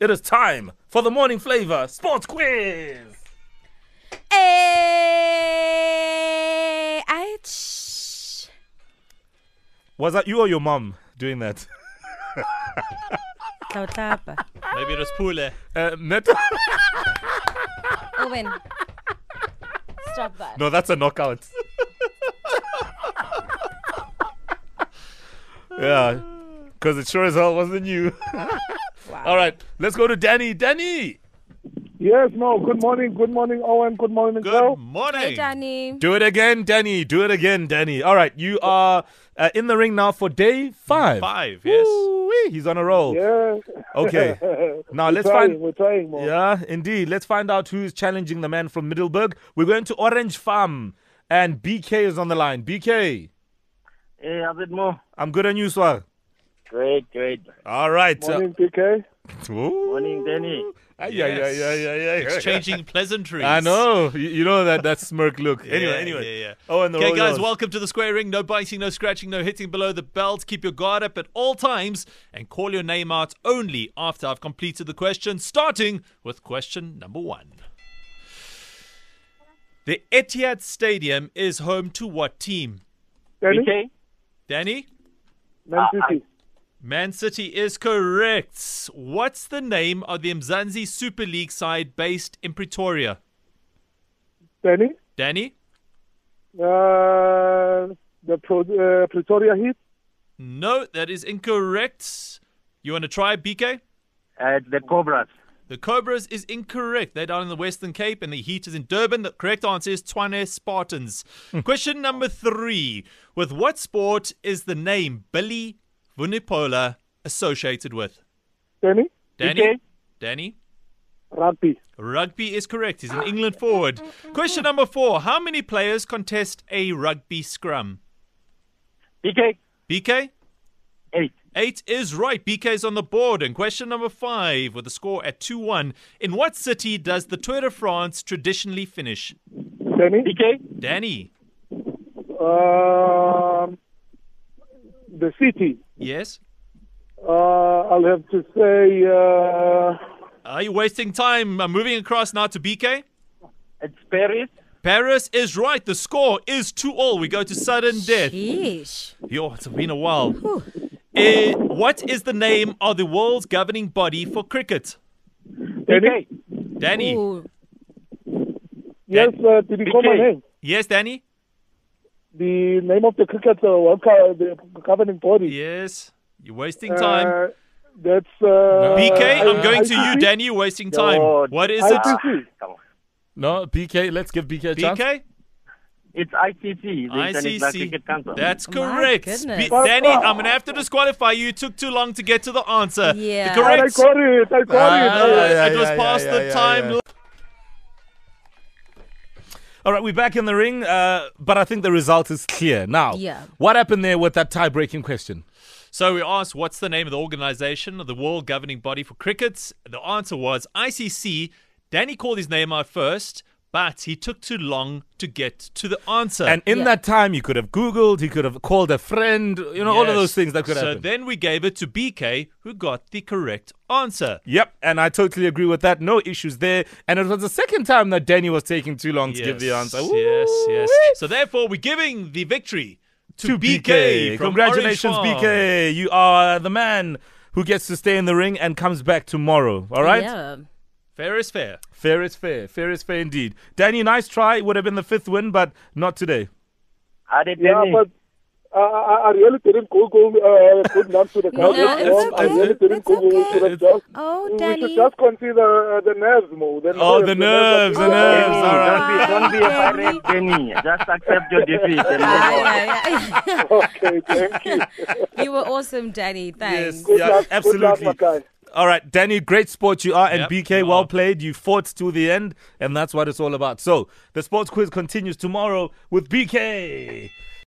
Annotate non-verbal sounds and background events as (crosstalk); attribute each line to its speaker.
Speaker 1: It is time for the morning flavor sports quiz.
Speaker 2: Hey, ouch.
Speaker 1: Was that you or your mum doing that?
Speaker 2: Tla o tlapa.
Speaker 3: Maybe it was Pule.
Speaker 1: Uh, Neto?
Speaker 2: Owen, stop that.
Speaker 1: (laughs) No, that's a knockout. yeah, because it sure as hell wasn't you.
Speaker 2: Wow.
Speaker 1: All right, let's go to Danny. Danny,
Speaker 4: Yes, no. Good morning. Good morning, Owen. Good morning,
Speaker 3: Good
Speaker 4: Phil.
Speaker 2: Hey,
Speaker 3: morning.
Speaker 2: Danny.
Speaker 1: do it again, Danny. Do it again, Danny. All right, you are uh, in the ring now for day five.
Speaker 3: Five, yes.
Speaker 1: Woo-wee, he's on a roll.
Speaker 4: Yeah.
Speaker 1: Okay, now let's
Speaker 4: trying,
Speaker 1: find.
Speaker 4: We're trying, man.
Speaker 1: Yeah, indeed. Let's find out who's challenging the man from Middleburg. We're going to Orange Farm, and BK is on the line. BK,
Speaker 5: Hey, how's it more?
Speaker 1: I'm good on you, sir.
Speaker 5: Great, great.
Speaker 1: All right. uh,
Speaker 4: Morning, PK.
Speaker 1: Ooh.
Speaker 5: Morning, Danny.
Speaker 1: Ay, ay,
Speaker 3: Yes.
Speaker 1: ay, ay, ay, ay. (laughs)
Speaker 3: Exchanging pleasantries.
Speaker 1: I know. You, you know that that smirk look. anyway,
Speaker 3: (laughs) Yeah,
Speaker 1: anyway.
Speaker 3: yeah, yeah.
Speaker 1: Oh, and the
Speaker 3: Okay,
Speaker 1: roll
Speaker 3: guys,
Speaker 1: goes.
Speaker 3: welcome to the square ring. No biting, no scratching, no hitting below the belt. Keep your guard up at all times and call your name out only after I've completed the question, starting with question number one. The Etihad Stadium is home to what team?
Speaker 4: Danny?
Speaker 5: Okay.
Speaker 3: Danny?
Speaker 4: Man City.
Speaker 3: Man City is correct. What's the name of the Mzanzi Super League side based in Pretoria?
Speaker 4: Danny?
Speaker 3: Danny?
Speaker 4: Uh, the Pro- uh, Pretoria Heat.
Speaker 3: No, that is incorrect. You want to try, BK?
Speaker 5: Uh, the Cobras.
Speaker 3: The Cobras is incorrect. They're down in the Western Cape and the Heat is in Durban. The correct answer is Twane Spartans. Question number three. With what sport is the name Billy Vunipola associated with?
Speaker 4: Danny?
Speaker 3: Danny?
Speaker 5: BK?
Speaker 3: Danny?
Speaker 4: Rugby.
Speaker 3: Rugby is correct. He's an England forward. Question number four. How many players contest a rugby scrum?
Speaker 5: BK?
Speaker 3: BK?
Speaker 5: Eight.
Speaker 3: Eight is right. BK's on the board. And question number five, with the score at 2 1. In what city does the Tour de France traditionally finish?
Speaker 4: Danny?
Speaker 5: BK?
Speaker 3: Danny.
Speaker 4: Um, the City.
Speaker 3: Yes?
Speaker 4: Uh, I'll have to say uh,
Speaker 3: Are you wasting time? I'm moving across now to BK.
Speaker 5: It's Paris.
Speaker 3: Paris is right. The score is 2 all. We go to sudden death.
Speaker 2: Yeesh.
Speaker 3: Yo, it's been a while. Eh, what is the name of the world's governing body for cricket?
Speaker 4: Danny.
Speaker 3: Danny.
Speaker 2: Ooh.
Speaker 4: Yes, uh, did you call my
Speaker 5: PK.
Speaker 4: name?
Speaker 3: Yes, Danny?
Speaker 4: The name of the cricket uh, World Cup, the governing body.
Speaker 3: Yes. You're wasting time.
Speaker 4: Uh, that's uh,
Speaker 3: BK, I'm
Speaker 4: I-
Speaker 3: going to
Speaker 4: ICC?
Speaker 3: you, Danny. You're wasting time.
Speaker 5: Lord.
Speaker 3: What is it?
Speaker 4: ICC.
Speaker 5: Come on.
Speaker 1: No, BK, let's give BK a chance.
Speaker 3: BK?
Speaker 5: It's ICC, the International
Speaker 3: ICC.
Speaker 5: Cricket Council.
Speaker 3: That's
Speaker 2: Oh My
Speaker 3: correct.
Speaker 2: goodness.
Speaker 3: Danny, I'm going to have to disqualify you. It took too long to get to the answer.
Speaker 2: Yeah.
Speaker 3: The
Speaker 4: I
Speaker 3: correct.
Speaker 4: got it. I got
Speaker 1: Ah, yeah,
Speaker 4: it.
Speaker 1: yeah,
Speaker 3: it was
Speaker 1: yeah,
Speaker 3: past
Speaker 1: yeah,
Speaker 3: the
Speaker 1: yeah,
Speaker 3: time.
Speaker 1: yeah. All right, we're back in the ring, uh, but I think the result is clear. Now,
Speaker 2: Yeah.
Speaker 1: what happened there with that tie breaking question?
Speaker 3: So we asked, what's the name of the organization of the world governing body for cricket? The answer was ICC. Danny called his name out first, but he took too long to get to the answer.
Speaker 1: And in
Speaker 2: Yeah.
Speaker 1: that time, you could have Googled, he could have called a friend, you know, all of
Speaker 3: Yes.
Speaker 1: those things that could
Speaker 3: So
Speaker 1: happen.
Speaker 3: then we gave it to BK, who got the correct answer.
Speaker 1: Yep, and I totally agree with that. No issues there. And it was the second time that Danny was taking too long to give the answer.
Speaker 3: Yes, yes.
Speaker 1: Woo-wee.
Speaker 3: So therefore, we're giving the victory to,
Speaker 1: to
Speaker 3: BK.
Speaker 1: BK.
Speaker 3: from
Speaker 1: Congratulations,
Speaker 3: Orange Farm.
Speaker 1: BK. You are the man who gets to stay in the ring and comes back tomorrow. All right?
Speaker 2: Yeah.
Speaker 3: Fair is fair.
Speaker 1: Fair is fair. Fair is fair indeed. Danny, nice try. Would have been the fifth win, but not today.
Speaker 5: How did
Speaker 4: Yeah,
Speaker 5: Danny?
Speaker 4: but uh, I I really didn't Google uh, good enough to the
Speaker 2: No,
Speaker 4: country.
Speaker 2: it's
Speaker 4: I
Speaker 2: okay.
Speaker 4: really didn't
Speaker 2: It's
Speaker 4: Google.
Speaker 2: okay.
Speaker 4: We should have just,
Speaker 2: Oh,
Speaker 4: we
Speaker 2: Danny.
Speaker 4: should just consider uh, the nerves more. than
Speaker 1: Oh, the nerves, the
Speaker 4: are-
Speaker 1: nerves.
Speaker 5: Danny,
Speaker 1: all right.
Speaker 5: Don't be, don't be
Speaker 2: Wow,
Speaker 5: afraid, Danny. Just accept your defeat. And
Speaker 2: Ah,
Speaker 5: move on.
Speaker 2: yeah, yeah. (laughs)
Speaker 4: (laughs) Okay, thank you.
Speaker 2: you were awesome, Danny. Thanks.
Speaker 1: Yes.
Speaker 4: Good
Speaker 1: Yeah,
Speaker 4: luck, Good luck,
Speaker 1: absolutely.
Speaker 4: my guy.
Speaker 1: All right, Danny, great sport you are, and
Speaker 3: Yep,
Speaker 1: BK,
Speaker 3: you
Speaker 1: well
Speaker 3: are.
Speaker 1: played. You fought to the end, and that's what it's all about. So the sports quiz continues tomorrow with BK.